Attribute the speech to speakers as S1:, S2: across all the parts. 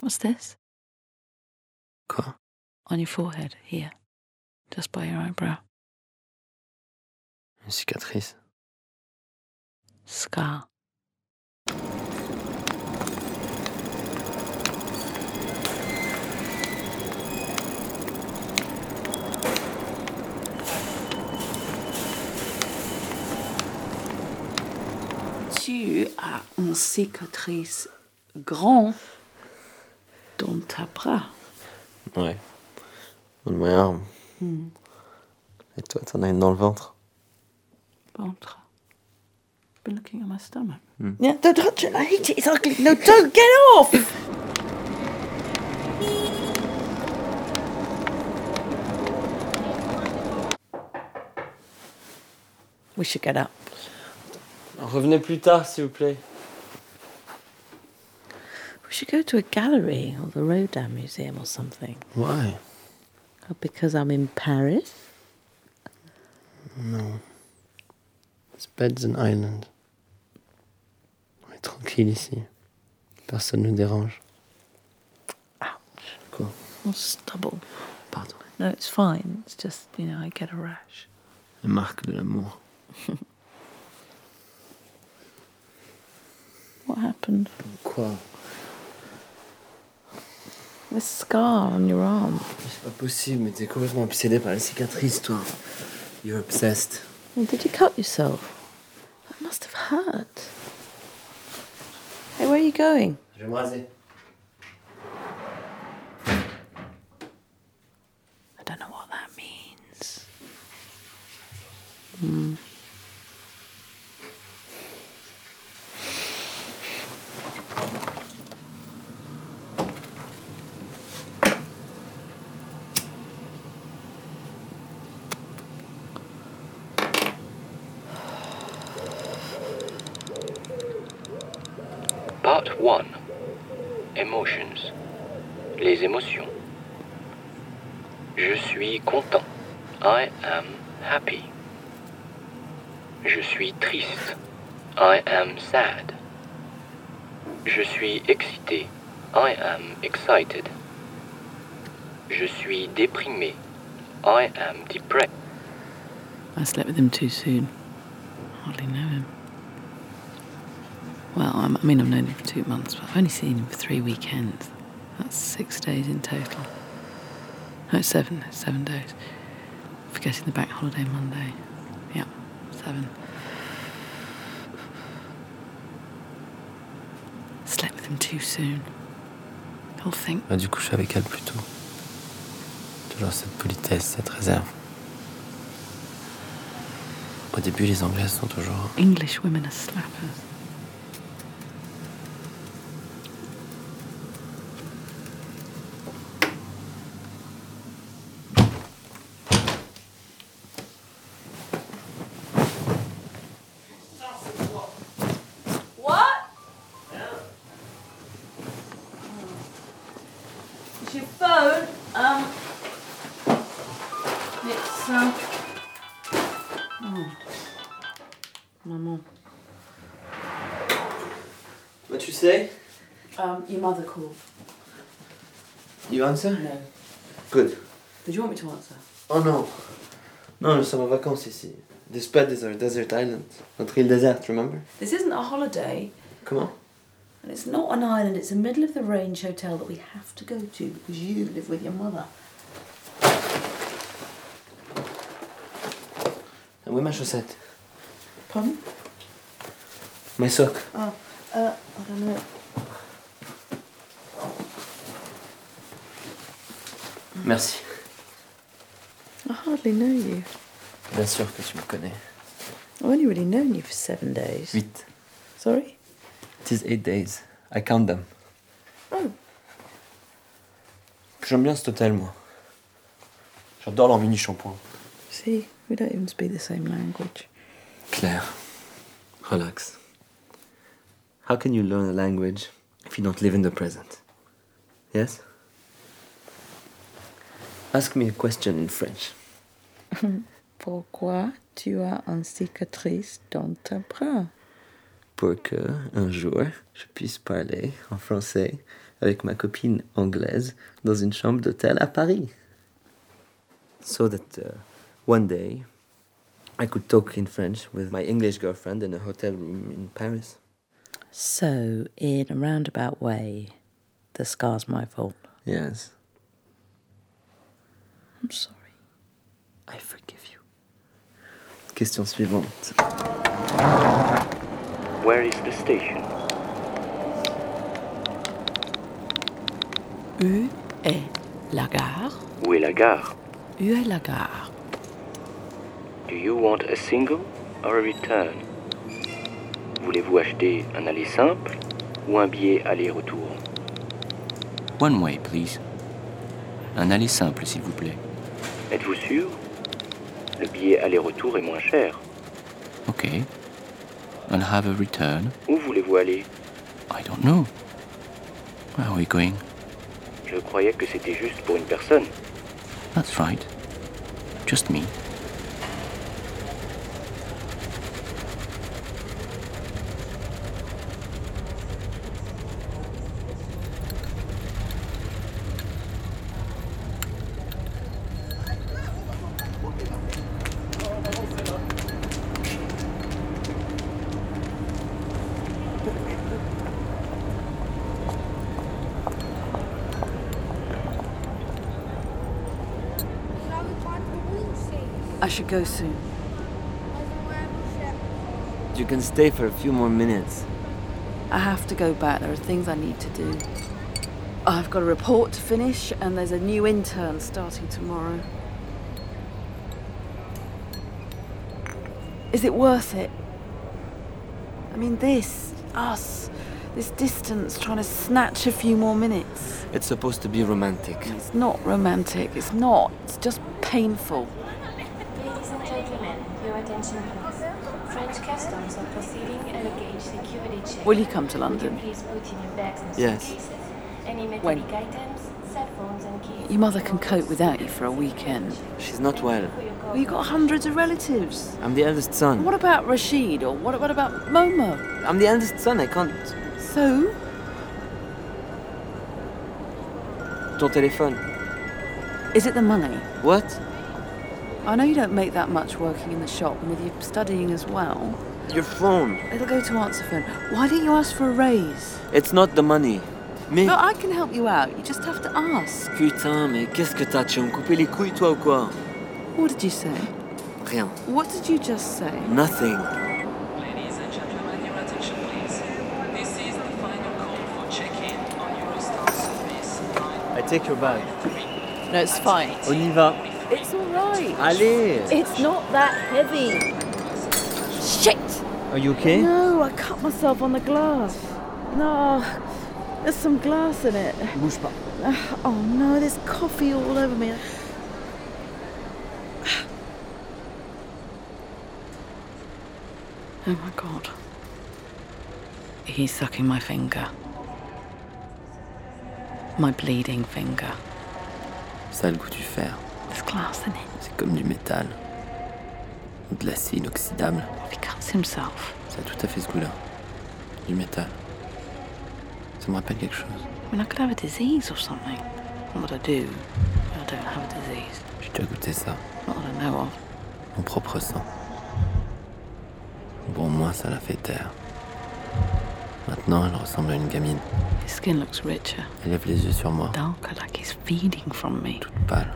S1: What's this?
S2: Quoi
S1: On your forehead, here. Just by your eyebrow.
S2: Une cicatrice.
S1: Scar.
S3: Tu as une cicatrice grande dans ta bras.
S2: Ouais. Dans le moyen arme.
S3: Hmm,
S2: Et toi, t'en as une dans le ventre.
S3: ventre. Been looking at my stomach.
S4: Yeah, don't touch it. I hate it. It's ugly. No, don't get off. We should get up.
S2: Revenez plus tard, s'il vous plaît.
S4: We should go to a gallery or the Rodin Museum or something. Oh,
S2: Ouais.
S4: Because I'm in Paris.
S2: It's Beds and Island. On est tranquille ici. Personne nous dérange. Quoi
S1: Or stubble.
S2: Pardon.
S1: No, it's fine. It's just, you know, I get a rash.
S2: La marque de l'amour.
S3: What happened?
S2: Quoi
S4: This scar on your arm.
S2: C'est pas possible, mais t'es complètement obsédé par la cicatrice, toi. You're obsessed.
S4: Well, did you cut yourself? That must have hurt. Hey, where are you going?
S2: Je vais me raser.
S4: I don't know what that means.
S5: Part 1 Emotions Les émotions. Je suis content. I am happy. Je suis triste. I am sad. Je suis excité. I am excited. Je suis déprimé. I am depressed.
S1: I slept with him too soon. Hardly know him. Well, I'm, I mean, I've known him for two months, but I've only seen him for three weekends. That's six days in total. No, it's seven. It's seven days. Forgetting the back holiday Monday. Yeah, seven. Slept with him too soon. Whole thing.
S2: J'aurais dû coucher avec elle plus tôt. Toujours cette politesse, cette réserve. Au début, les Anglaises sont toujours.
S1: English women are slappers.
S3: It's your phone. Um, it's um. Oh, maman.
S2: What you say?
S3: Um, your mother called.
S2: You answer?
S3: No.
S2: Good.
S3: Did you want me to answer?
S2: Oh non! Non, nous sommes en vacances ici. This bed is our desert island. Notre île déserte, remember?
S3: This isn't a holiday,
S2: Comment?
S3: and it's not an island. It's a middle of the range hotel that we have to go to because you live with your mother.
S2: Ah Oui, ma chaussette.
S3: Pardon?
S2: Mes sock.
S3: Oh, uh, I don't know.
S2: Merci.
S4: I hardly know you.
S2: Bien sûr que tu me connais.
S4: I've only really known you for seven days.
S2: 8.
S4: Sorry?
S2: It is 8 days. I count them.
S4: Oh.
S2: J'aime bien cet hôtel, moi. J'adore leur mini shampoing.
S4: See, we don't even speak the same language.
S2: Claire, relax. How can you learn a language if you don't live in the present? Yes? Ask me a question in French.
S4: Pourquoi tu as une cicatrice dans ta bras?
S2: Pour que, un jour, je puisse parler en français avec ma copine anglaise dans une chambre d'hôtel à Paris. So that uh, one day I could talk in French with my English girlfriend in a hotel room in Paris.
S6: So, in a roundabout way, the scar's my fault.
S2: Yes,
S6: I'm sorry.
S2: I forgive you. Question suivante.
S5: Where is the station?
S7: U est la gare
S5: Où est la gare?
S7: U est la gare
S5: Do you want a single or a return? Voulez-vous acheter un aller simple ou un billet aller-retour?
S8: One way, please. Un aller simple, s'il vous plaît.
S5: Êtes-vous sûr? Le billet aller-retour est moins cher.
S8: OK. And have a return.
S5: Où voulez-vous aller?
S8: I don't know. Where are we going?
S5: Je croyais que c'était juste pour une personne.
S8: That's right. Just me.
S4: I should go soon.
S2: You can stay for a few more minutes.
S4: I have to go back. There are things I need to do. I've got a report to finish, and there's a new intern starting tomorrow. Is it worth it? I mean, this, us, this distance, trying to snatch a few more minutes.
S2: It's supposed to be romantic.
S4: It's not romantic, it's not, it's just painful.
S9: Ladies and gentlemen, your attention please. French customs are proceeding a luggage security check.
S4: Will you come to
S9: Would you
S4: London?
S9: please put in your bags and
S2: Yes.
S9: suitcases? Any
S4: When?
S9: metallic items, cell phones and keys.
S4: Your mother can cope without you for a weekend.
S2: She's not well.
S4: Well, you've got hundreds of relatives.
S2: I'm the eldest son.
S4: What about Rashid or what, what about Momo?
S2: I'm the eldest son. I can't.
S4: So,
S2: Ton téléphone.
S4: is it the money?
S2: What?
S4: I know you don't make that much working in the shop and with you studying as well.
S2: Your phone.
S4: It'll go to answer phone. Why didn't you ask for a raise?
S2: It's not the money. Mais.
S4: Look, I can help you out. You just have to ask.
S2: Putain, mais qu'est-ce que t'as Tu vas me couper les couilles, toi ou quoi
S4: What did you say?
S2: Rien.
S4: What did you just say?
S2: Nothing.
S3: Ladies and gentlemen, your attention please. This is the final call for check-in on Eurostar service
S2: I
S3: line
S2: take your bag.
S6: No, it's fine.
S2: On y va.
S6: It's alright.
S2: Allez
S6: It's not that heavy.
S4: Shit!
S2: Are you okay
S4: No, I cut myself on the glass. No, there's some glass in it.
S2: Bouge pas.
S7: Uh,
S4: Oh no, there's coffee all over me.
S7: Oh my god. He's sucking my finger. My bleeding finger.
S8: Ça a le goût du fer.
S7: There's glass in it.
S8: C'est comme du métal. Ou de l'acier inoxydable.
S7: If he cuts himself.
S8: Ça a tout à fait ce goût-là. Du métal. Ça me rappelle quelque chose.
S7: I mean, I could have a disease or something. Not that I do. I don't have a disease.
S8: J'ai déjà goûté ça.
S7: Not that I know of.
S8: Mon propre sang. Bon, moi, ça la fait taire. Maintenant, elle ressemble à une gamine.
S7: His skin looks richer,
S8: Elle lève les yeux sur moi,
S7: darker, like he's feeding from me.
S8: toute pâle,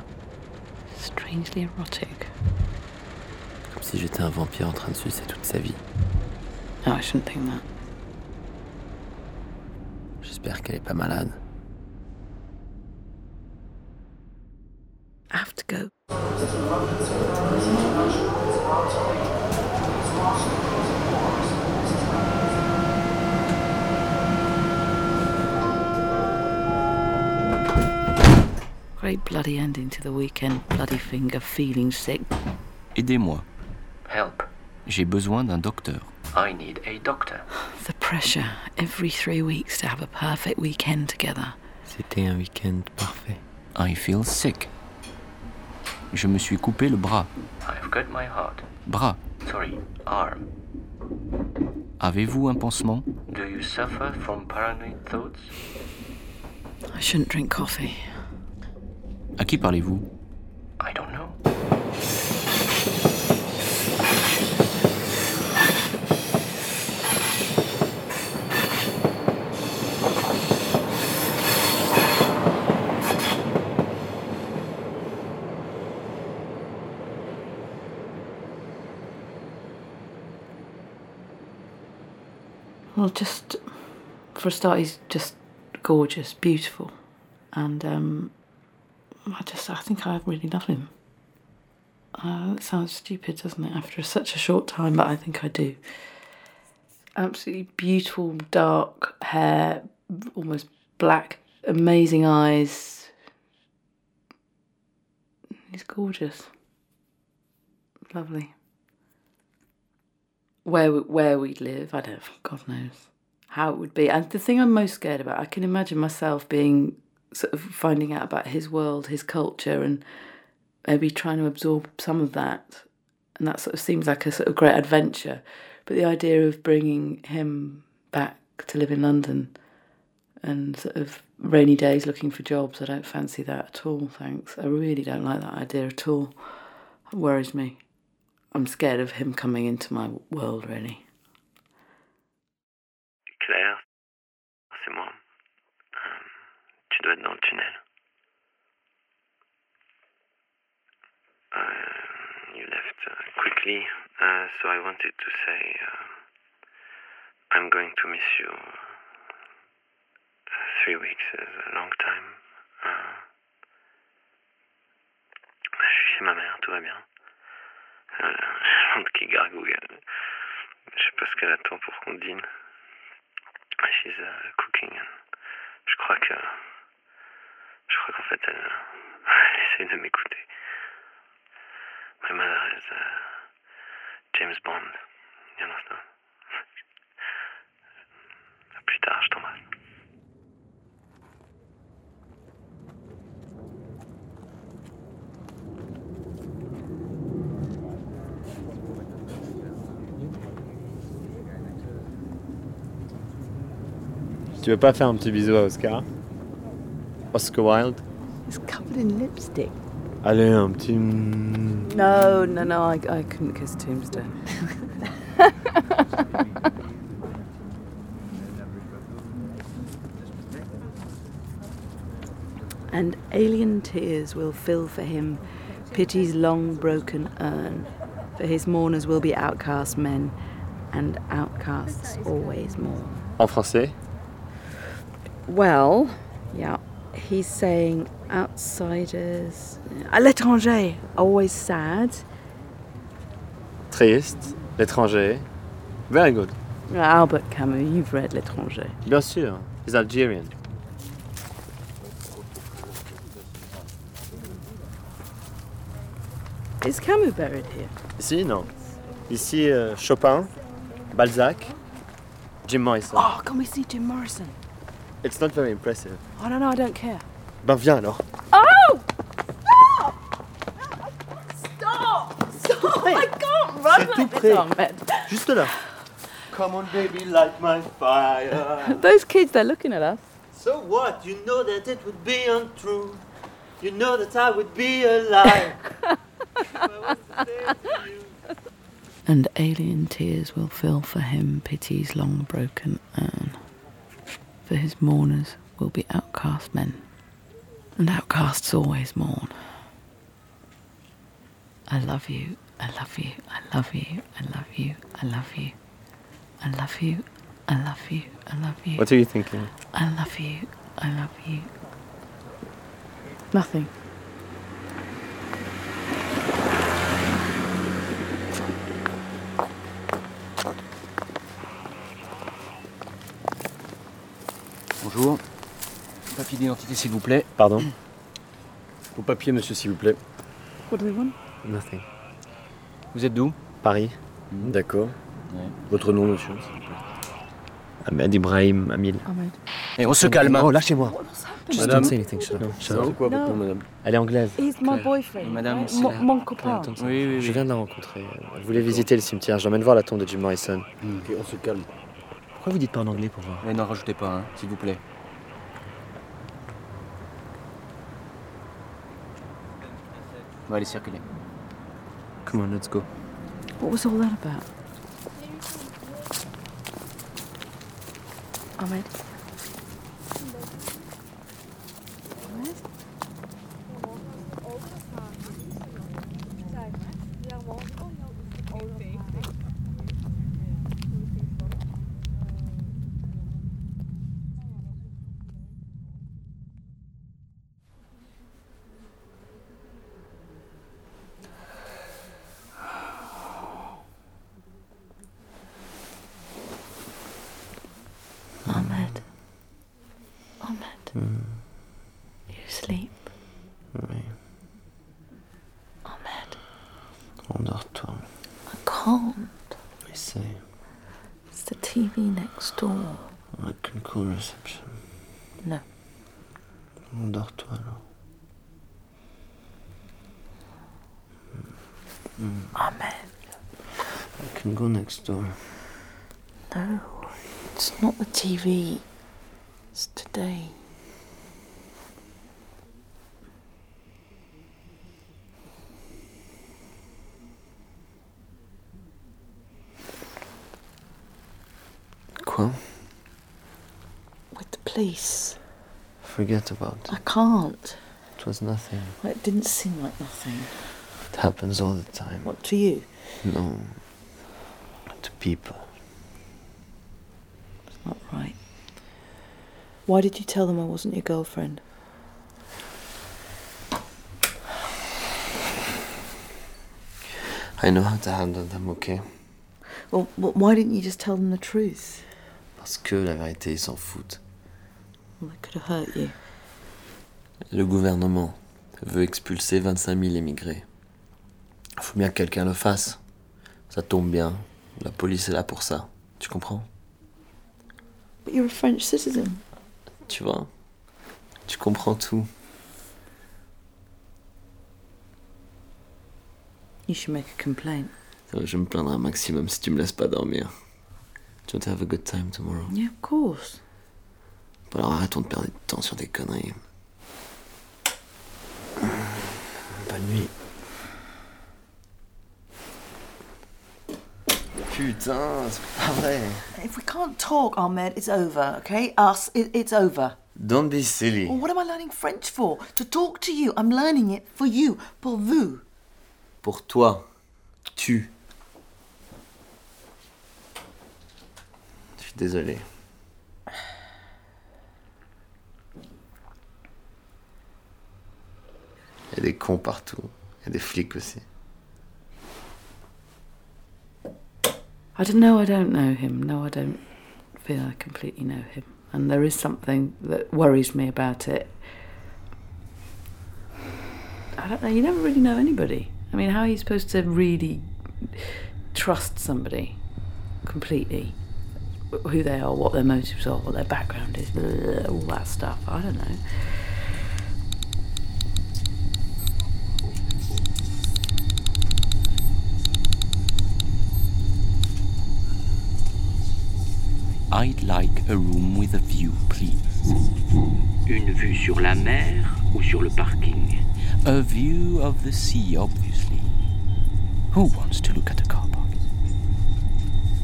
S7: Strangely erotic.
S8: comme si j'étais un vampire en train de sucer toute sa vie.
S7: No, I shouldn't think that.
S8: J'espère qu'elle est pas malade.
S6: I have to go.
S7: Great bloody ending to the weekend. Bloody finger, feeling sick.
S8: Aidez-moi.
S5: Help.
S8: J'ai besoin d'un docteur.
S5: I need a doctor.
S7: The pressure every three weeks to have a perfect weekend together.
S2: C'était un week-end parfait.
S8: I feel sick. Je me suis coupé le bras.
S5: I've got my heart.
S8: Bras.
S5: Sorry, Uh, arm.
S8: Avez-vous un pansement
S5: Do you suffer from paranoid thoughts?
S7: I shouldn't drink coffee.
S8: À qui parlez-vous
S10: I don't know.
S7: Well, just for a start, he's just gorgeous, beautiful, and um, I just I think I really love him. Uh, that sounds stupid, doesn't it? After such a short time, but I think I do. Absolutely beautiful, dark hair, almost black, amazing eyes. He's gorgeous, lovely where we, where we live. I don't. God knows how it would be. And the thing I'm most scared about, I can imagine myself being sort of finding out about his world, his culture, and maybe trying to absorb some of that. And that sort of seems like a sort of great adventure. But the idea of bringing him back to live in London and sort of rainy days looking for jobs, I don't fancy that at all. Thanks. I really don't like that idea at all. It worries me. I'm scared of him coming into my world, really.
S5: Claire, c'est moi. Euh, tu dois être dans le tunnel. Uh, you left uh, quickly, uh, so I wanted to say uh, I'm going to miss you. Uh, three weeks is a long time. Uh, je suis chez ma mère, tout va bien. Euh, Je demande qui gargouille. Je sais pas ce qu'elle attend pour qu'on dîne. She's uh, cooking. Je crois que. Je crois qu'en fait, elle, euh, elle essaie de m'écouter. My mother is uh, James Bond. You understand? À plus tard, je t'embrasse.
S2: Tu veux pas faire un petit bisou à Oscar Oscar Wilde
S4: It's covered in lipstick.
S2: Allez, un petit.
S4: No, no, no, I, I couldn't kiss Tombstone. and alien tears will fill for him pity's long broken urn, for his mourners will be outcast men, and outcasts always mourn.
S2: En français
S4: Well, yeah, he's saying outsiders, à l'étranger, always sad.
S2: Triste, l'étranger. Very good.
S4: Albert Camus, you've read L'étranger.
S2: Bien sûr, he's Algerian.
S4: Is Camus buried here?
S2: Ici, non. Ici, euh, Chopin, Balzac, Jim Morrison.
S4: Oh, can we see Jim Morrison?
S2: It's not very impressive.
S4: I don't know, I don't care.
S2: Ben viens alors.
S4: Oh!
S11: Stop!
S4: Stop! I
S11: can't
S2: C'est tout près.
S4: oh,
S2: Juste là. Come on, baby, light my fire.
S4: Those kids, they're looking at us.
S12: So what? You know that it would be untrue. You know that I would be a liar.
S7: And alien tears will fill for him pity's long broken urn. For his mourners will be outcast men, and outcasts always mourn. I love you, I love you, I love you, I love you, I love you. I love you, I love you, I love you.
S2: What are you thinking?
S7: I love you, I love you.
S4: Nothing.
S8: Bonjour. Papier d'identité, s'il vous plaît.
S2: Pardon Au papier, monsieur, s'il vous plaît.
S4: What do they want?
S2: Nothing.
S8: Vous êtes d'où
S2: Paris. D'accord. Votre nom, monsieur, s'il vous plaît. Ahmed Ibrahim Amil.
S4: Ahmed.
S8: Et on se calme. hein.
S2: Oh, lâchez-moi.
S8: Just
S2: Madame.
S8: don't say anything, shut up.
S2: Non,
S8: Shut up.
S2: C'est quoi votre
S4: Non.
S2: nom, madame Elle est anglaise.
S4: He's my boyfriend.
S8: Madame,
S4: right?
S8: c'est
S4: Mon-
S8: la-
S4: mon copain.
S8: Oui, oui, oui.
S2: Je viens de la rencontrer. Elle voulait visiter le cimetière. J'emmène voir la tombe de Jim Morrison.
S8: Ok, on se calme.
S2: Pourquoi vous dites pas en anglais pour voir
S8: Mais n'en rajoutez pas, hein, s'il vous plaît. On va aller circuler.
S2: Come on, let's go.
S13: What was all that about? Ahmed? Ahmed? Ahmed. Ahmed. You sleep.
S2: Oui.
S4: Ahmed,
S2: Endors-toi.
S4: I can't.
S2: Essaye.
S4: It's the TV next door.
S2: I can call reception.
S4: No.
S2: Endors-toi alors. Mm.
S4: Ahmed,
S2: I can go next door.
S4: no. It's not the TV. It's today.
S2: Quoi?
S4: With the police.
S2: Forget about it.
S4: I can't.
S2: It was nothing.
S4: Well, it didn't seem like nothing.
S2: It happens all the time.
S4: What to you?
S2: No. To people.
S4: It's not right. Why did you tell them I wasn't your girlfriend?
S2: I know how to handle them, ok?
S4: Well, wh- why didn't you just tell them the truth?
S2: Parce que la vérité, ils s'en foutent.
S4: Well, they could have hurt you.
S2: Le gouvernement veut expulser 25 000 émigrés. Faut bien que quelqu'un le fasse. Ça tombe bien. La police est là pour ça. Tu comprends
S4: But you're a French citizen.
S2: Tu vois Tu comprends tout.
S4: You should make a complaint.
S2: Euh, Je me plaindrai un maximum si tu me laisses pas dormir. Tu vas have a good time tomorrow.
S4: Yeah, of course.
S2: Bon, alors arrêtons de perdre du temps sur des conneries. Bonne nuit. Putain, c'est pas vrai.
S14: If we can't talk, Ahmed, it's over, okay? Us, it, it's over.
S2: Don't be silly.
S14: Well, what am I learning French for? To talk to you. I'm learning it for you, pour vous.
S2: Pour toi, tu. Je suis désolé. Il y a des cons partout. Il y a des flics aussi.
S7: I don't know, I don't know him. No, I don't feel I completely know him. And there is something that worries me about it. I don't know, you never really know anybody. I mean, how are you supposed to really trust somebody completely? Who they are, what their motives are, what their background is, blah, blah, blah, all that stuff. I don't know.
S8: I'd like a room with a view, please.
S5: Une vue sur la mer ou sur le parking
S8: A view of the sea, obviously. Who wants to look at a car park?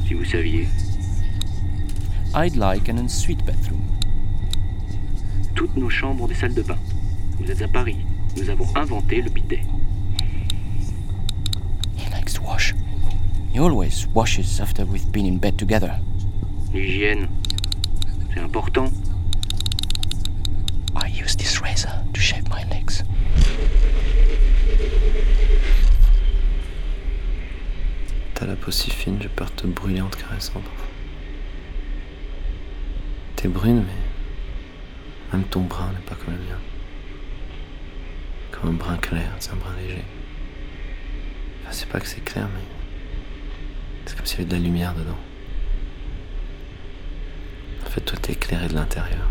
S5: Si vous saviez,
S8: I'd like an ensuite bedroom.
S5: toutes nos chambres ont des salles de bain. Vous êtes à Paris. Nous avons inventé le bidet.
S8: He likes to wash. He always washes after we've been in bed together.
S5: L'hygiène, c'est important.
S8: I use this razor to shave my legs.
S2: T'as la peau si fine, j'ai peur de te brûler en te caressant parfois. T'es brune, mais. Même ton brun n'est pas comme le mien. Comme un brun clair, c'est un brun léger. Enfin, c'est pas que c'est clair, mais. C'est comme s'il y avait de la lumière dedans. En fait, toi, t'es éclairé de l'intérieur.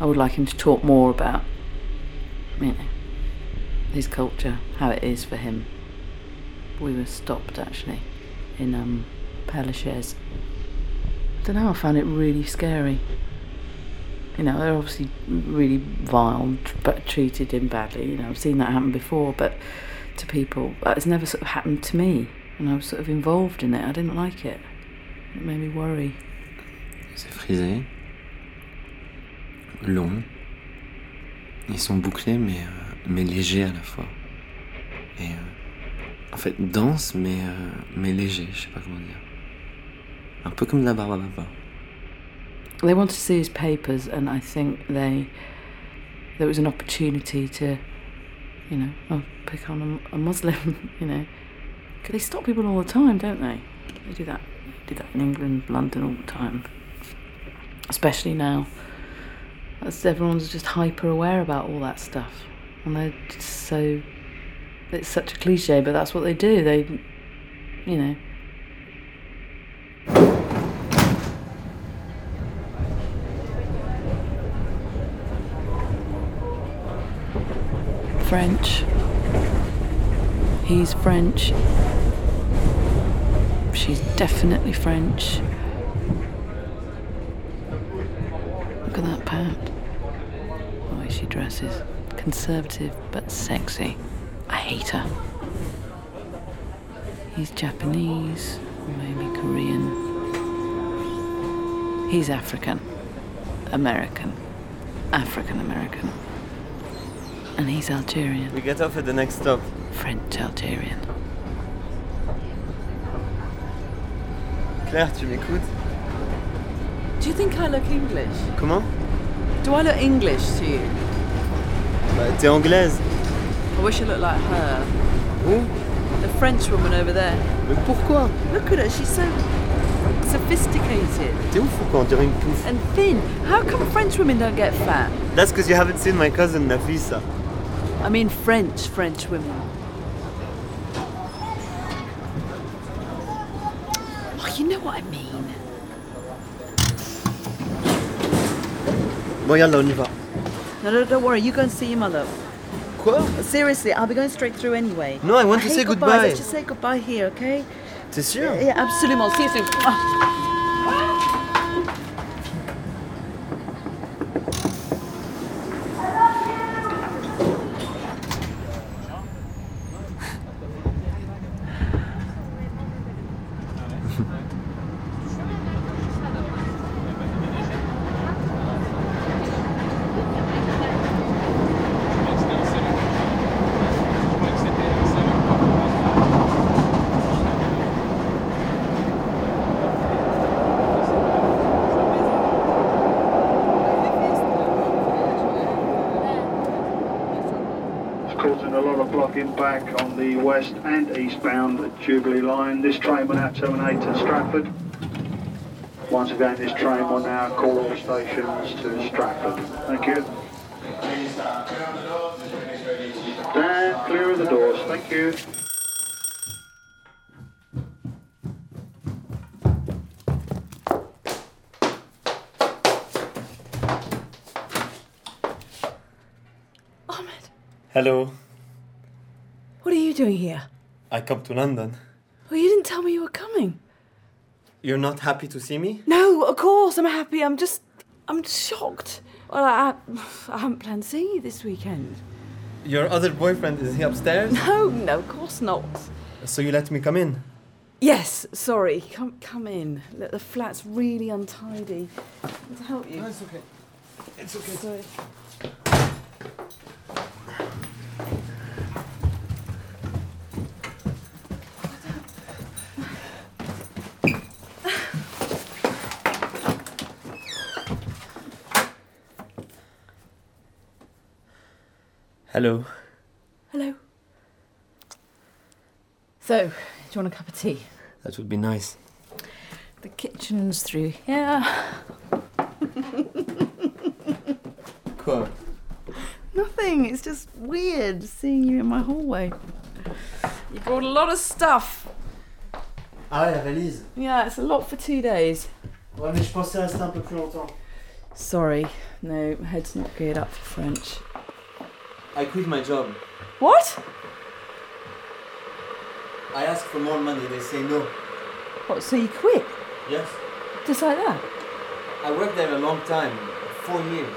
S7: I would like him to talk more about, you know, his culture, how it is for him. We were stopped actually in um, Père Lachaise. I don't know. I found it really scary. You know, they're obviously really vile, but treated him badly. You know, I've seen that happen before, but to people, but it's never sort of happened to me. And I was sort of involved in it. I didn't like it. It made me worry.
S2: C'est frisé, long. Ils sont bouclés mais, euh, mais légers à la fois. Et euh, en fait dense mais, euh, mais léger, je sais pas comment dire. Un peu comme de la barbe à papa.
S7: They wanted to see his papers, and I think they there was an opportunity to, you know, oh, pick on a, a Muslim. You know, 'Cause they stop people all the time, don't they? They do that. They did that in England, London, all the time. Especially now, That's, everyone's just hyper aware about all that stuff, and they're just so. It's such a cliche, but that's what they do. They, you know, French. He's French. She's definitely French. Look at that pat. The way she dresses. Conservative but sexy. I hate her. He's Japanese, maybe Korean. He's African. American. African American. And he's Algerian.
S2: We get off at the next stop.
S7: French Algerian.
S2: Claire, tu m'écoutes
S4: Do you think I look English?
S2: Comment
S4: Do I look English to you?
S2: Bah, t'es anglaise.
S4: I wish I looked like her.
S2: Où
S4: The French woman over there.
S2: Mais pourquoi
S4: Look at her, she's so sophisticated
S2: T'es ouf ou quoi On dirait une pouffe.
S4: and thin. How come French women don't get fat?
S2: That's because you haven't seen my cousin Nafisa.
S4: I mean, French, French women.
S15: Oh, you know what I mean.
S2: Bon, yalla, on y va.
S4: No, no, don't worry, you go and see your mother.
S2: Quoi?
S4: Seriously, I'll be going straight through anyway.
S2: No, I want to
S4: hate
S2: say
S4: goodbyes.
S2: goodbye.
S4: Let's just say goodbye here, okay?
S2: T'es sûr
S4: Yeah, absolutely. I'll see you soon. Ah.
S3: causing a lot of blocking back on the west and eastbound Jubilee line. This train will now terminate at Stratford. Once again, this train will now call all stations to Stratford. Thank you. Dan, clear of the doors. Thank you.
S2: Hello,
S16: What are you doing here?
S2: I come to London.
S4: Oh,
S16: Well, you didn't tell me you were coming.
S2: You're not happy to see me?
S16: No, of course, I'm happy. I'm just. I'm shocked. Well, I, I haven't planned to see you this weekend.
S2: Your other boyfriend is he upstairs?
S16: No, no, of course not.
S2: So you let me come in?
S16: Yes, sorry. Come, come in. Look, the flat's really untidy. To help you.
S2: it's okay. It's okay.
S16: Sorry.
S2: Hello.
S16: Hello. So, do you want a cup of tea?
S2: That would be nice.
S16: The kitchen's through here.
S2: Quoi?
S4: Nothing. It's just weird seeing you in my hallway.
S16: You brought a lot of stuff.
S2: Ah ouais, la valise.
S16: Yeah, it's a lot for two days.
S2: Ouais, mais je pensais rester un peu plus longtemps.
S16: Sorry, no, my head's not geared up for French.
S2: I quit my job.
S16: What?
S2: I ask for more money, they say no.
S16: What, so you quit?
S2: Yes.
S16: Just like that?
S2: I worked there a long time, four years.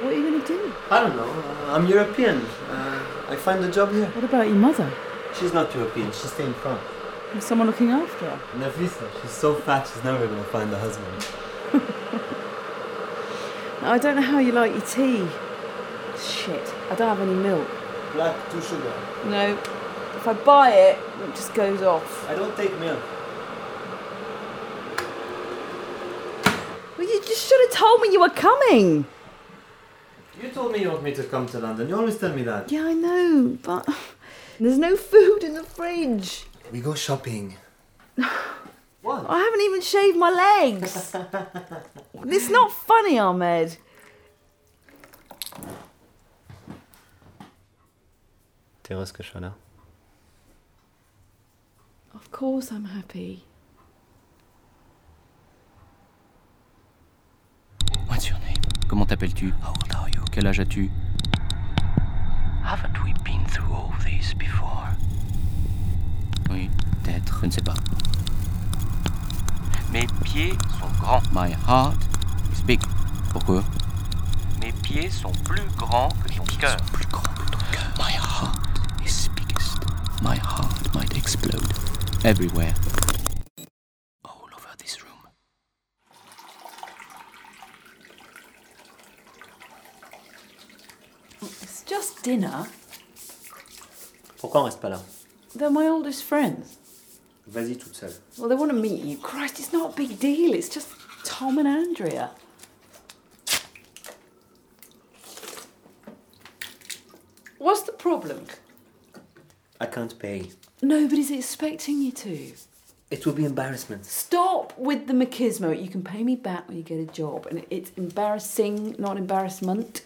S4: What are you going to do?
S2: I don't know. Uh, I'm European. Uh, I find a job here.
S4: What about your mother?
S2: She's not European. She stay in France.
S4: Is someone looking after her?
S2: Nafisa, she's so fat she's never gonna find a husband.
S4: I don't know how you like your tea. Shit, I don't have any milk.
S2: Black, two sugar.
S4: No. If I buy it, it just goes off.
S2: I don't take milk.
S4: Well, you just should have told me you were coming.
S2: You told me you want me to come to London. You always tell me that.
S4: Yeah, I know, but there's no food in the fridge.
S2: We go shopping. what?
S4: I haven't even shaved my legs. it's not funny, Ahmed.
S17: T'es heureuse que je sois là
S4: Of course, I'm happy.
S8: What's your name? Comment t'appelles-tu? How old are you? Quel âge as-tu? Haven't we been through all this before? Oui, peut-être, je ne sais pas. Mes pieds sont grands. My heart is big. Pourquoi? Mes pieds sont plus grands que ton cœur. plus grands que ton cœur. My heart is biggest. My heart might explode. Everywhere. All over this room.
S7: It's just dinner.
S2: Pourquoi on reste pas là
S7: They're my oldest friends.
S2: Vas-y toute seule.
S7: Well, they want to meet you. Christ, it's not a big deal. It's just Tom and Andrea. What's the problem?
S2: I can't pay.
S7: Nobody's expecting you to.
S2: It will be embarrassment.
S7: Stop with the machismo. You can pay me back when you get a job, and it's embarrassing, not embarrassment.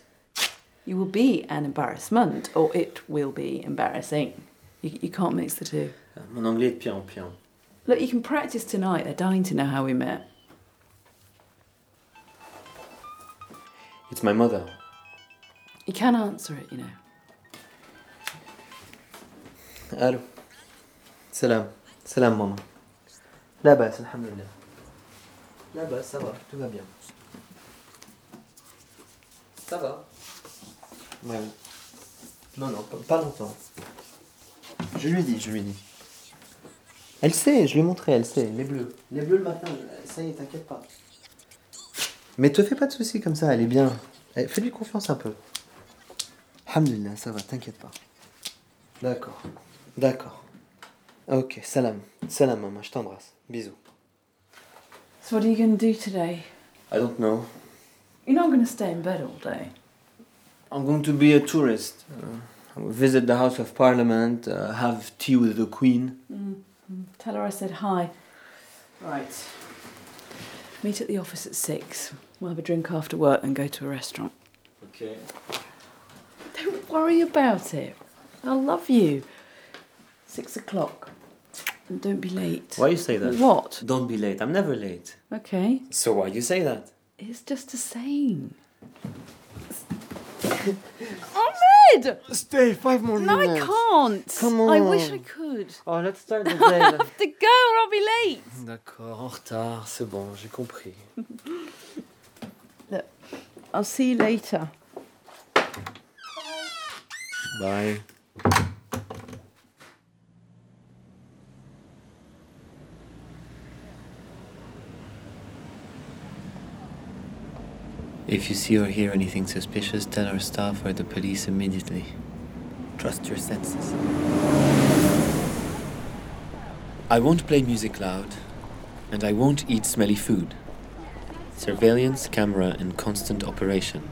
S7: You will be an embarrassment, or it will be embarrassing. You, you can't mix the two.
S2: Mon anglais est de pire en pire.
S7: Look, you can practice tonight. They're dying to know how we met.
S2: It's my mother.
S7: You can answer it, you know.
S2: Allô. Salam. Salam maman. Là-bas, alhamdulillah. Là-bas, ça va, tout va bien. Ça va Ouais. Non, non, pas, pas longtemps. Je lui dis, je lui dis. Elle sait, je lui ai montré, elle sait, les bleus. Les bleus le matin, ça y est, t'inquiète pas. Mais te fais pas de soucis comme ça, elle est bien. Eh, Fais-lui confiance un peu. Alhamdulillah, ça va, t'inquiète pas. D'accord, d'accord. Ok, salam. Salam maman, je t'embrasse. Bisous.
S7: So, what are you going to do today?
S2: I don't know.
S7: You're not going to stay in bed all day.
S2: I'm going to be a tourist. Uh, I will visit the House of Parliament, uh, have tea with the Queen.
S7: Tell her I said hi. Right. Meet at the office at six. We'll have a drink after work and go to a restaurant.
S2: Okay.
S7: Don't worry about it. I love you. Six o'clock. And don't be late.
S2: Why you say that?
S7: What?
S2: Don't be late. I'm never late.
S7: Okay.
S2: So why you say that?
S7: It's just a saying. Ahmed!
S2: Stay five more
S7: No, I
S2: minutes.
S7: can't.
S2: Come
S7: I wish I
S2: on.
S7: could.
S2: Oh, let's start the
S7: I
S2: day.
S7: have to go or I'll be late.
S2: D'accord, en retard, c'est bon, j'ai compris.
S4: Look, I'll see you later.
S2: Bye.
S17: If you see or hear anything suspicious, tell our staff or the police immediately. Trust your senses. I won't play music loud, and I won't eat smelly food. Surveillance, camera, and constant operation.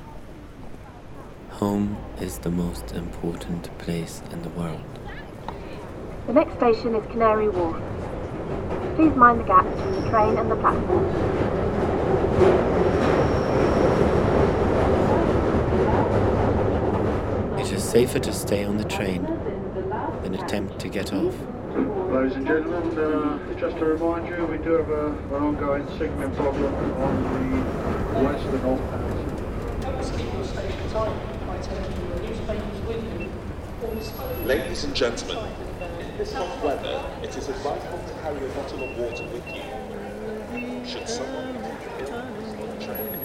S17: Home is the most important place in the world.
S13: The next station is Canary Wharf. Please mind the gaps between the train and the platform.
S17: It is safer to stay on the train than attempt to get off.
S3: Ladies and gentlemen, uh, just to remind you, we do have a, an ongoing signalling problem on the west and northbound.
S18: Ladies and gentlemen, in this hot weather, it is advisable to carry a bottle of water with you. Should someone become ill on the train,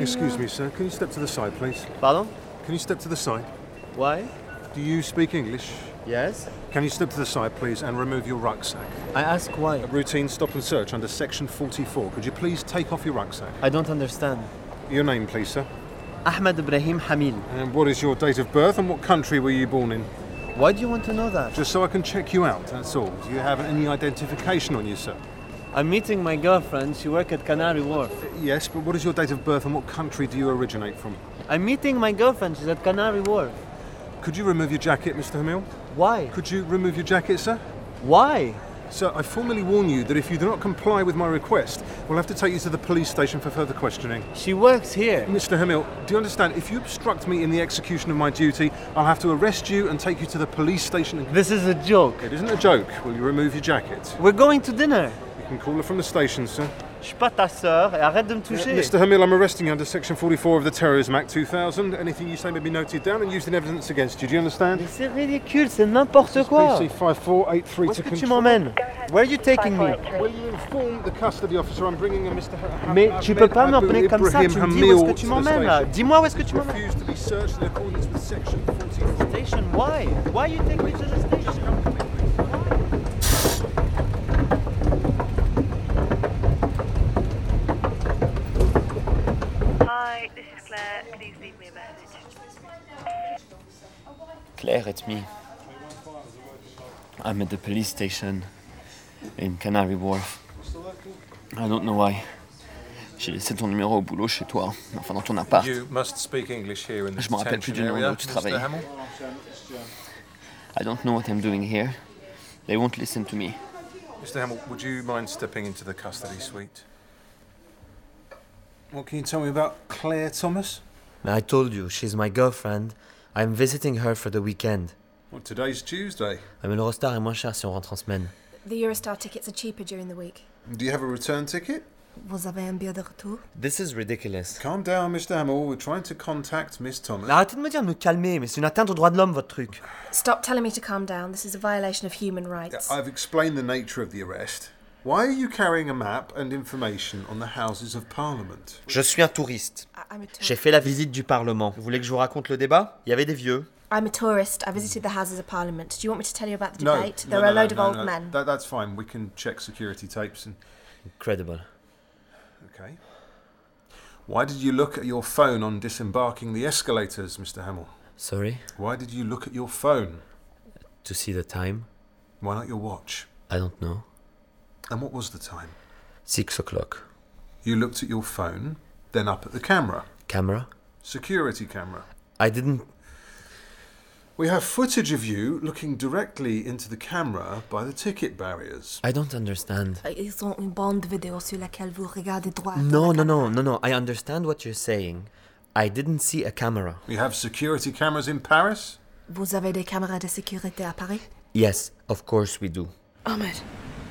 S8: Excuse me, sir. Can you step to the side, please?
S19: Pardon?
S8: Can you step to the side?
S19: Why?
S8: Do you speak English?
S19: Yes.
S8: Can you step to the side, please, and remove your rucksack?
S19: I ask why.
S8: A routine stop and search under section 44. Could you please take off your rucksack?
S19: I don't understand.
S8: Your name, please, sir.
S19: Ahmed Ibrahim Hamil.
S8: And what is your date of birth and what country were you born in?
S19: Why do you want to know that?
S8: Just so I can check you out, that's all. Do you have any identification on you, sir?
S19: I'm meeting my girlfriend. She works at Canary Wharf.
S8: Yes, but what is your date of birth and what country do you originate from?
S19: I'm meeting my girlfriend. She's at Canary Wharf.
S8: Could you remove your jacket, Mr. Hamil?
S19: Why?
S8: Could you remove your jacket, sir?
S19: Why?
S8: Sir, I formally warn you that if you do not comply with my request, we'll have to take you to the police station for further questioning.
S19: She works here.
S8: Mr. Hamil, do you understand? If you obstruct me in the execution of my duty, I'll have to arrest you and take you to the police station. And...
S19: This is a joke.
S8: It isn't a joke. Will you remove your jacket?
S19: We're going to dinner.
S8: You can call her from the station, sir.
S19: Je suis pas ta sœur et arrête de me toucher.
S8: Uh, Mr. Hamil, I'm arresting you under Section 44 of the Terrorism Act 2000. Anything you say may be noted down and used in evidence against you. Do you understand?
S19: Mais c'est ridicule, c'est n'importe quoi.
S8: PC 5483
S19: Où est-ce
S8: to
S19: que tu
S8: control.
S19: m'emmènes? Where are you taking me?
S8: Will you inform the custody officer I'm bringing a Mr. Ha-
S19: Mais tu peux pas
S8: Ahmed
S19: m'emmener comme ça,
S8: Ibrahim
S19: tu me dis où est-ce
S8: Hamil
S19: que
S8: to
S19: tu
S8: the
S19: m'emmènes là.
S8: station.
S19: Dis-moi où est-ce que tu m'emmènes.
S8: Refuse to be searched in accordance with Section 44.
S19: Station, why? Why you take me to the station?
S20: Hi, this is Claire. Please leave me a message.
S21: Claire, it's me. I'm at the police station in Canary Wharf. I don't know why. J'ai laissé ton numéro au boulot chez toi, enfin dans ton appart.
S8: You must speak English here in the
S21: Je me rappelle plus
S8: detention
S21: du nom
S8: area,
S21: où tu
S8: Mr.
S21: travailles.
S8: Hamill.
S21: I don't know what I'm doing here. They won't listen to me.
S8: Mr. Hamill, would you mind stepping into the custody suite? What can you tell me about Claire Thomas?
S2: I told you, she's my girlfriend. I'm visiting her for the weekend.
S8: Well, today's Tuesday.
S2: Ah, mais l'Eurostar est moins cher si on rentre en semaine.
S9: The Eurostar tickets are cheaper during the week.
S8: Do you have a return ticket?
S9: Vous avez un billet de retour?
S2: This is ridiculous.
S8: Calm down, Mr. Hamill. We're trying to contact Miss Thomas.
S2: Arrêtez de me dire de me calmer, mais c'est une atteinte aux droits de l'homme, votre truc.
S9: Stop telling me to calm down. This is a violation of human rights.
S8: I've explained the nature of the arrest. Why are you carrying a map and information on the Houses of Parliament?
S2: Je suis un touriste. J'ai fait la visite du Parlement. Vous voulez que je vous raconte le débat Il y avait des vieux.
S9: I'm a tourist. I visited the Houses of Parliament. Do you want me to tell you about the
S8: No,
S9: debate?
S8: no,
S9: there
S8: no,
S9: are a
S8: no,
S9: load of
S8: no,
S9: old
S8: no.
S9: men.
S8: That, that's fine. We can check security tapes and.
S2: Incredible.
S8: Okay. Why did you look at your phone on disembarking the escalators, Mr. Hamill?
S2: Sorry,
S8: Why did you look at your phone?
S2: to see the time.
S8: Why not your watch?
S2: I don't know.
S8: And what was the time?
S2: Six o'clock.
S8: You looked at your phone, then up at the camera.
S2: Camera.
S8: Security camera.
S2: I didn't.
S8: We have footage of you looking directly into the camera by the ticket barriers.
S2: I don't understand.
S9: Ils ont une bande vidéo sur laquelle vous regardez droit.
S2: No, no, no, no, no. I understand what you're saying. I didn't see a camera.
S8: We have security cameras in Paris?
S9: Vous avez des caméras de sécurité à Paris?
S2: Yes, of course we do.
S9: Ahmed.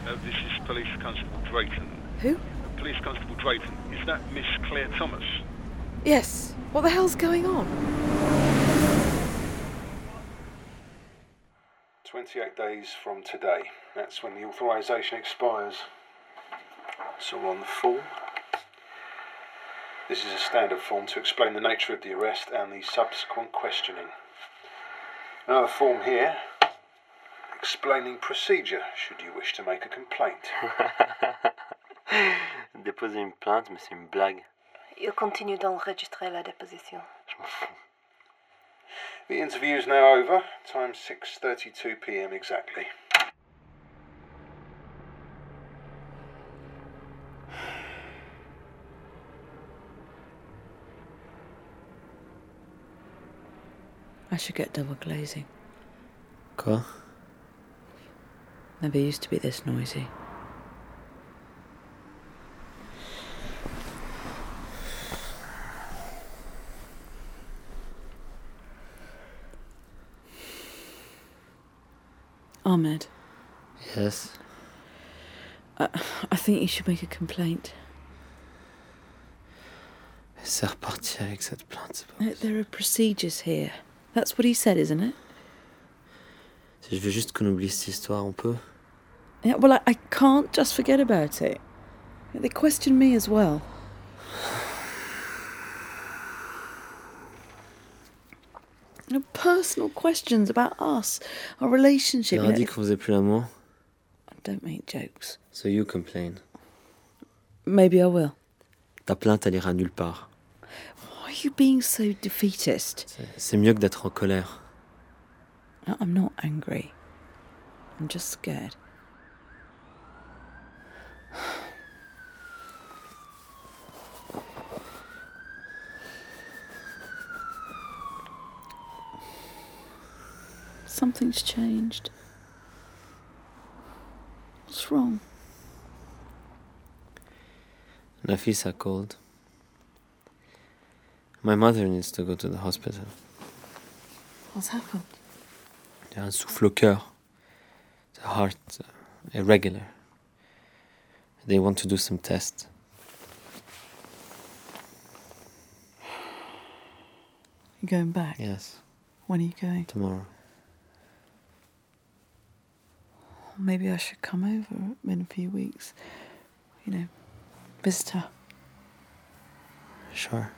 S22: Uh, this is Police Constable Drayton.
S23: Who?
S22: Police Constable Drayton, is that Miss Claire Thomas?
S23: Yes. What the hell's going on?
S8: 28 days from today. That's when the authorisation expires. So we're on the form. This is a standard form to explain the nature of the arrest and the subsequent questioning. Another form here explaining procedure should you wish to make a complaint.
S21: Déposer une plainte, mais c'est une blague.
S9: Il continue d'enregistrer la déposition.
S8: the interview is now over. Time 6:32 p.m. exactly.
S23: I should get double glazing.
S21: Quoi
S23: Never used to be this noisy. Ahmed,
S21: Yes.
S23: I, I think you should make a complaint.
S21: C'est reparti avec cette plainte. c'est pas-
S9: Uh,
S23: There- There are procedures here. That's what he said, isn't it?
S21: Si je veux juste qu'on oublie cette histoire, on peut.
S23: Yeah, well, I, I can't just forget about it.
S9: They questioned me as well. No personal questions about us, our relationship.
S2: Leur
S9: you
S2: a
S9: know,
S2: dit
S9: if-
S2: qu'on faisait plus l'amour.
S9: I don't make jokes.
S2: So you complain.
S9: Maybe I will.
S2: Ta plainte, elle ira nulle part.
S9: Why are you being so defeatist?
S2: C'est mieux que d'être en colère.
S9: I- I'm not angry. I'm just scared. Something's changed. What's wrong?
S2: Nafisa called. My mother needs to go to the hospital.
S9: What's happened?
S2: Il y a un souffle au cœur. The heart uh, irregular. They want to do some tests.
S9: You going back?
S2: Yes,
S9: When are you going?
S2: tomorrow.
S9: Maybe I should come over in a few weeks. You know, visit her.
S2: Sure.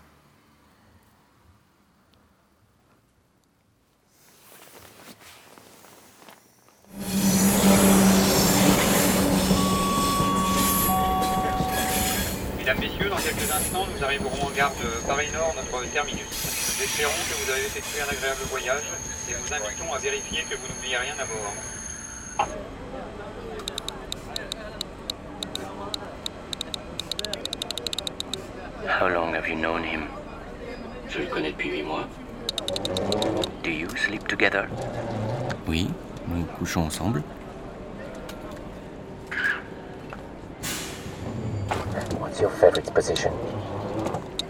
S3: Mesdames, Messieurs, dans quelques instants, nous arriverons en gare de Paris-Nord, notre terminus. Nous espérons que vous avez effectué un agréable voyage et vous invitons à vérifier que vous n'oubliez rien à bord.
S5: How long have you known him? Je le connais depuis 8 mois. Do you sleep together?
S24: Oui, nous couchons ensemble.
S5: What's your favorite position?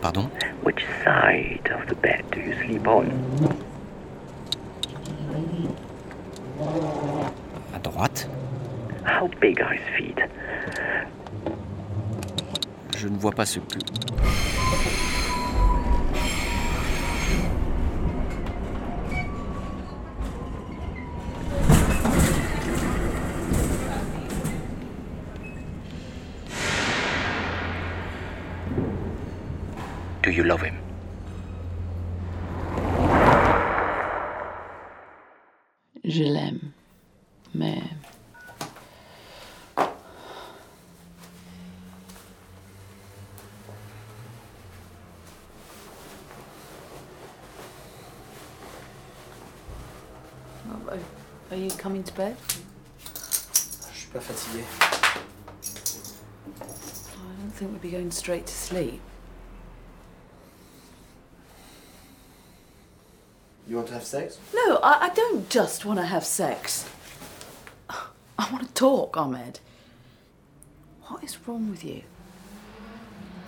S24: Pardon
S5: Which side of the bed do you sleep on?
S24: À droite
S5: How big are his feet?
S24: Je ne vois pas ce que.
S5: Do you love him?
S25: Je l'aime, mais.
S4: Are you coming to bed?
S2: Je suis pas fatigué.
S4: I don't think we'd be going straight to sleep.
S2: You want to have sex?
S4: No, I, I don't just want to have sex. I want to talk, Ahmed. What is wrong with you?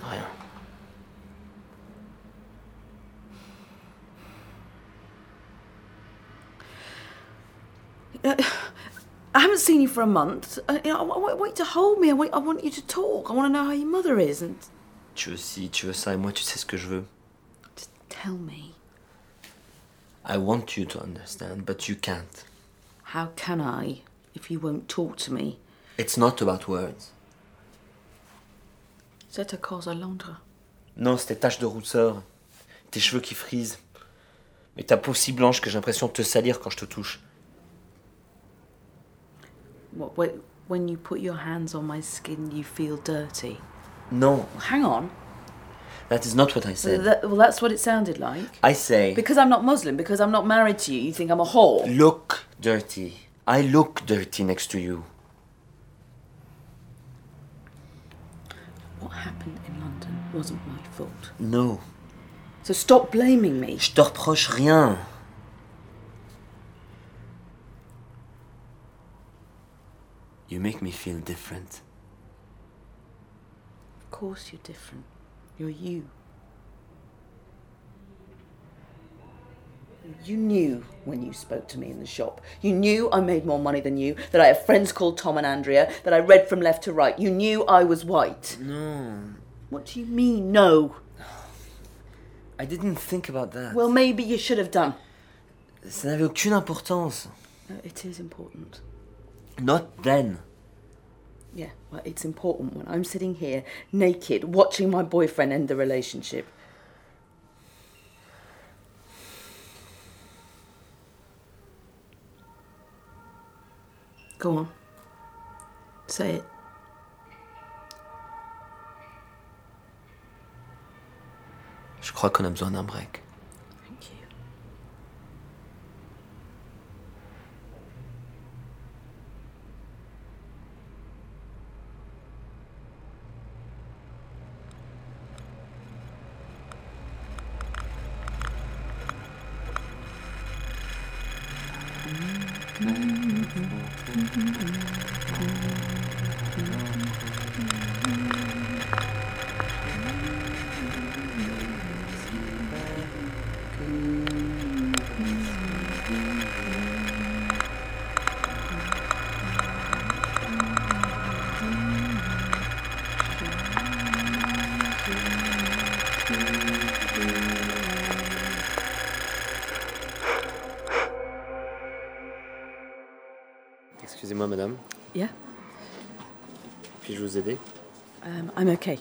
S2: Rien.
S4: Uh, I haven't seen you for a month. Uh, you know, I, wa- I want you to hold me. I want, I want you to talk. I want to know how your mother is. And
S2: Tu veux ci, tu veux ça, et moi, tu sais ce que je veux.
S4: tell me,
S2: I want you to understand, but you can't.
S4: how can I if you won't talk to me?
S2: It's not about words.
S4: C'est à cause à Londres.
S2: Non, c'est tes taches de rousseur, tes cheveux qui frisent, et ta peau si blanche que j'ai l'impression de te salir quand je te touche.
S4: What, wh- when you put your hands on my skin, you feel dirty.
S2: Non,
S4: Well, hang on.
S2: that is not what I said.
S4: That- well, that's what it sounded like.
S2: I say,
S4: Because I'm not Muslim, because I'm not married to you, you think I'm a whore.
S2: look dirty. I look dirty next to you.
S4: What happened in London wasn't my fault.
S2: No.
S4: So stop blaming me.
S2: Je te reproche rien. You make me feel different.
S4: Of course you're different. You're you. You knew when you spoke to me in the shop. You knew I made more money than you, that I have friends called Tom and Andrea, that I read from left to right. You knew I was white.
S2: No.
S4: What do you mean, no?
S2: I didn't think about that.
S4: Well, maybe you should have done.
S2: Ça n'avait aucune importance.
S4: No, it is important.
S2: Not then.
S4: Yeah, well, it's important when I'm sitting here naked watching my boyfriend end the relationship.
S26: Go on. Say it.
S27: Je crois qu'on a besoin d'un break. Excusez-moi, madame.
S4: Yeah,
S27: Puis-je vous aider
S4: um, I'm okay.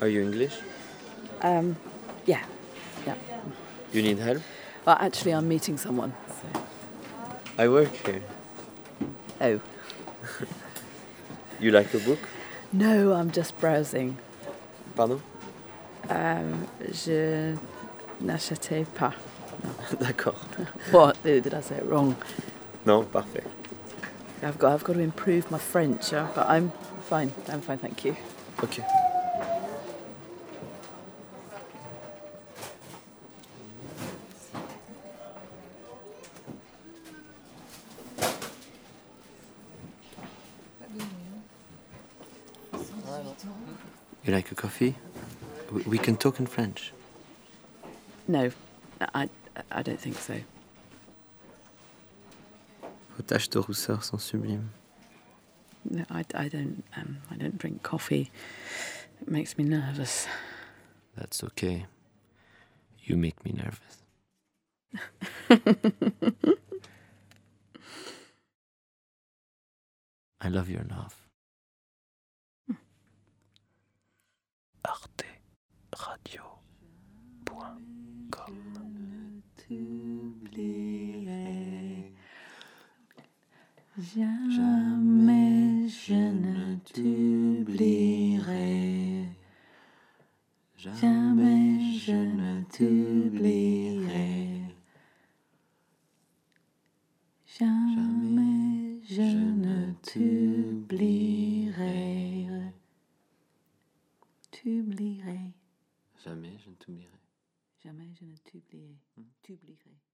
S27: Are you English
S4: Um, yeah, yeah.
S27: You need help
S4: Well, actually, I'm meeting someone. So.
S27: I work here.
S4: Oh.
S27: you like a book
S4: No, I'm just browsing.
S27: Pardon
S4: Um, je n'achetais pas.
S27: D'accord.
S4: What? Did I say it wrong?
S27: Non, parfait.
S4: I've got, I've got to improve my French, uh, but I'm fine. I'm fine, thank you.
S27: Ok. You like a coffee We- We can talk in French.
S28: No, I, I don't think so.
S27: Vos taches de rousseur sont sublimes.
S28: No, I, I don't. Um, I don't drink coffee. It makes me nervous.
S29: That's okay. You make me nervous. I love your laugh.
S2: Jamais je ne t'oublierai. Jamais je ne t'oublierai. Jamais je ne t'oublierai. T'oublierai.
S29: Jamais je ne t'oublierai.
S4: Jamais je ne t'oublierai. T'oublierai.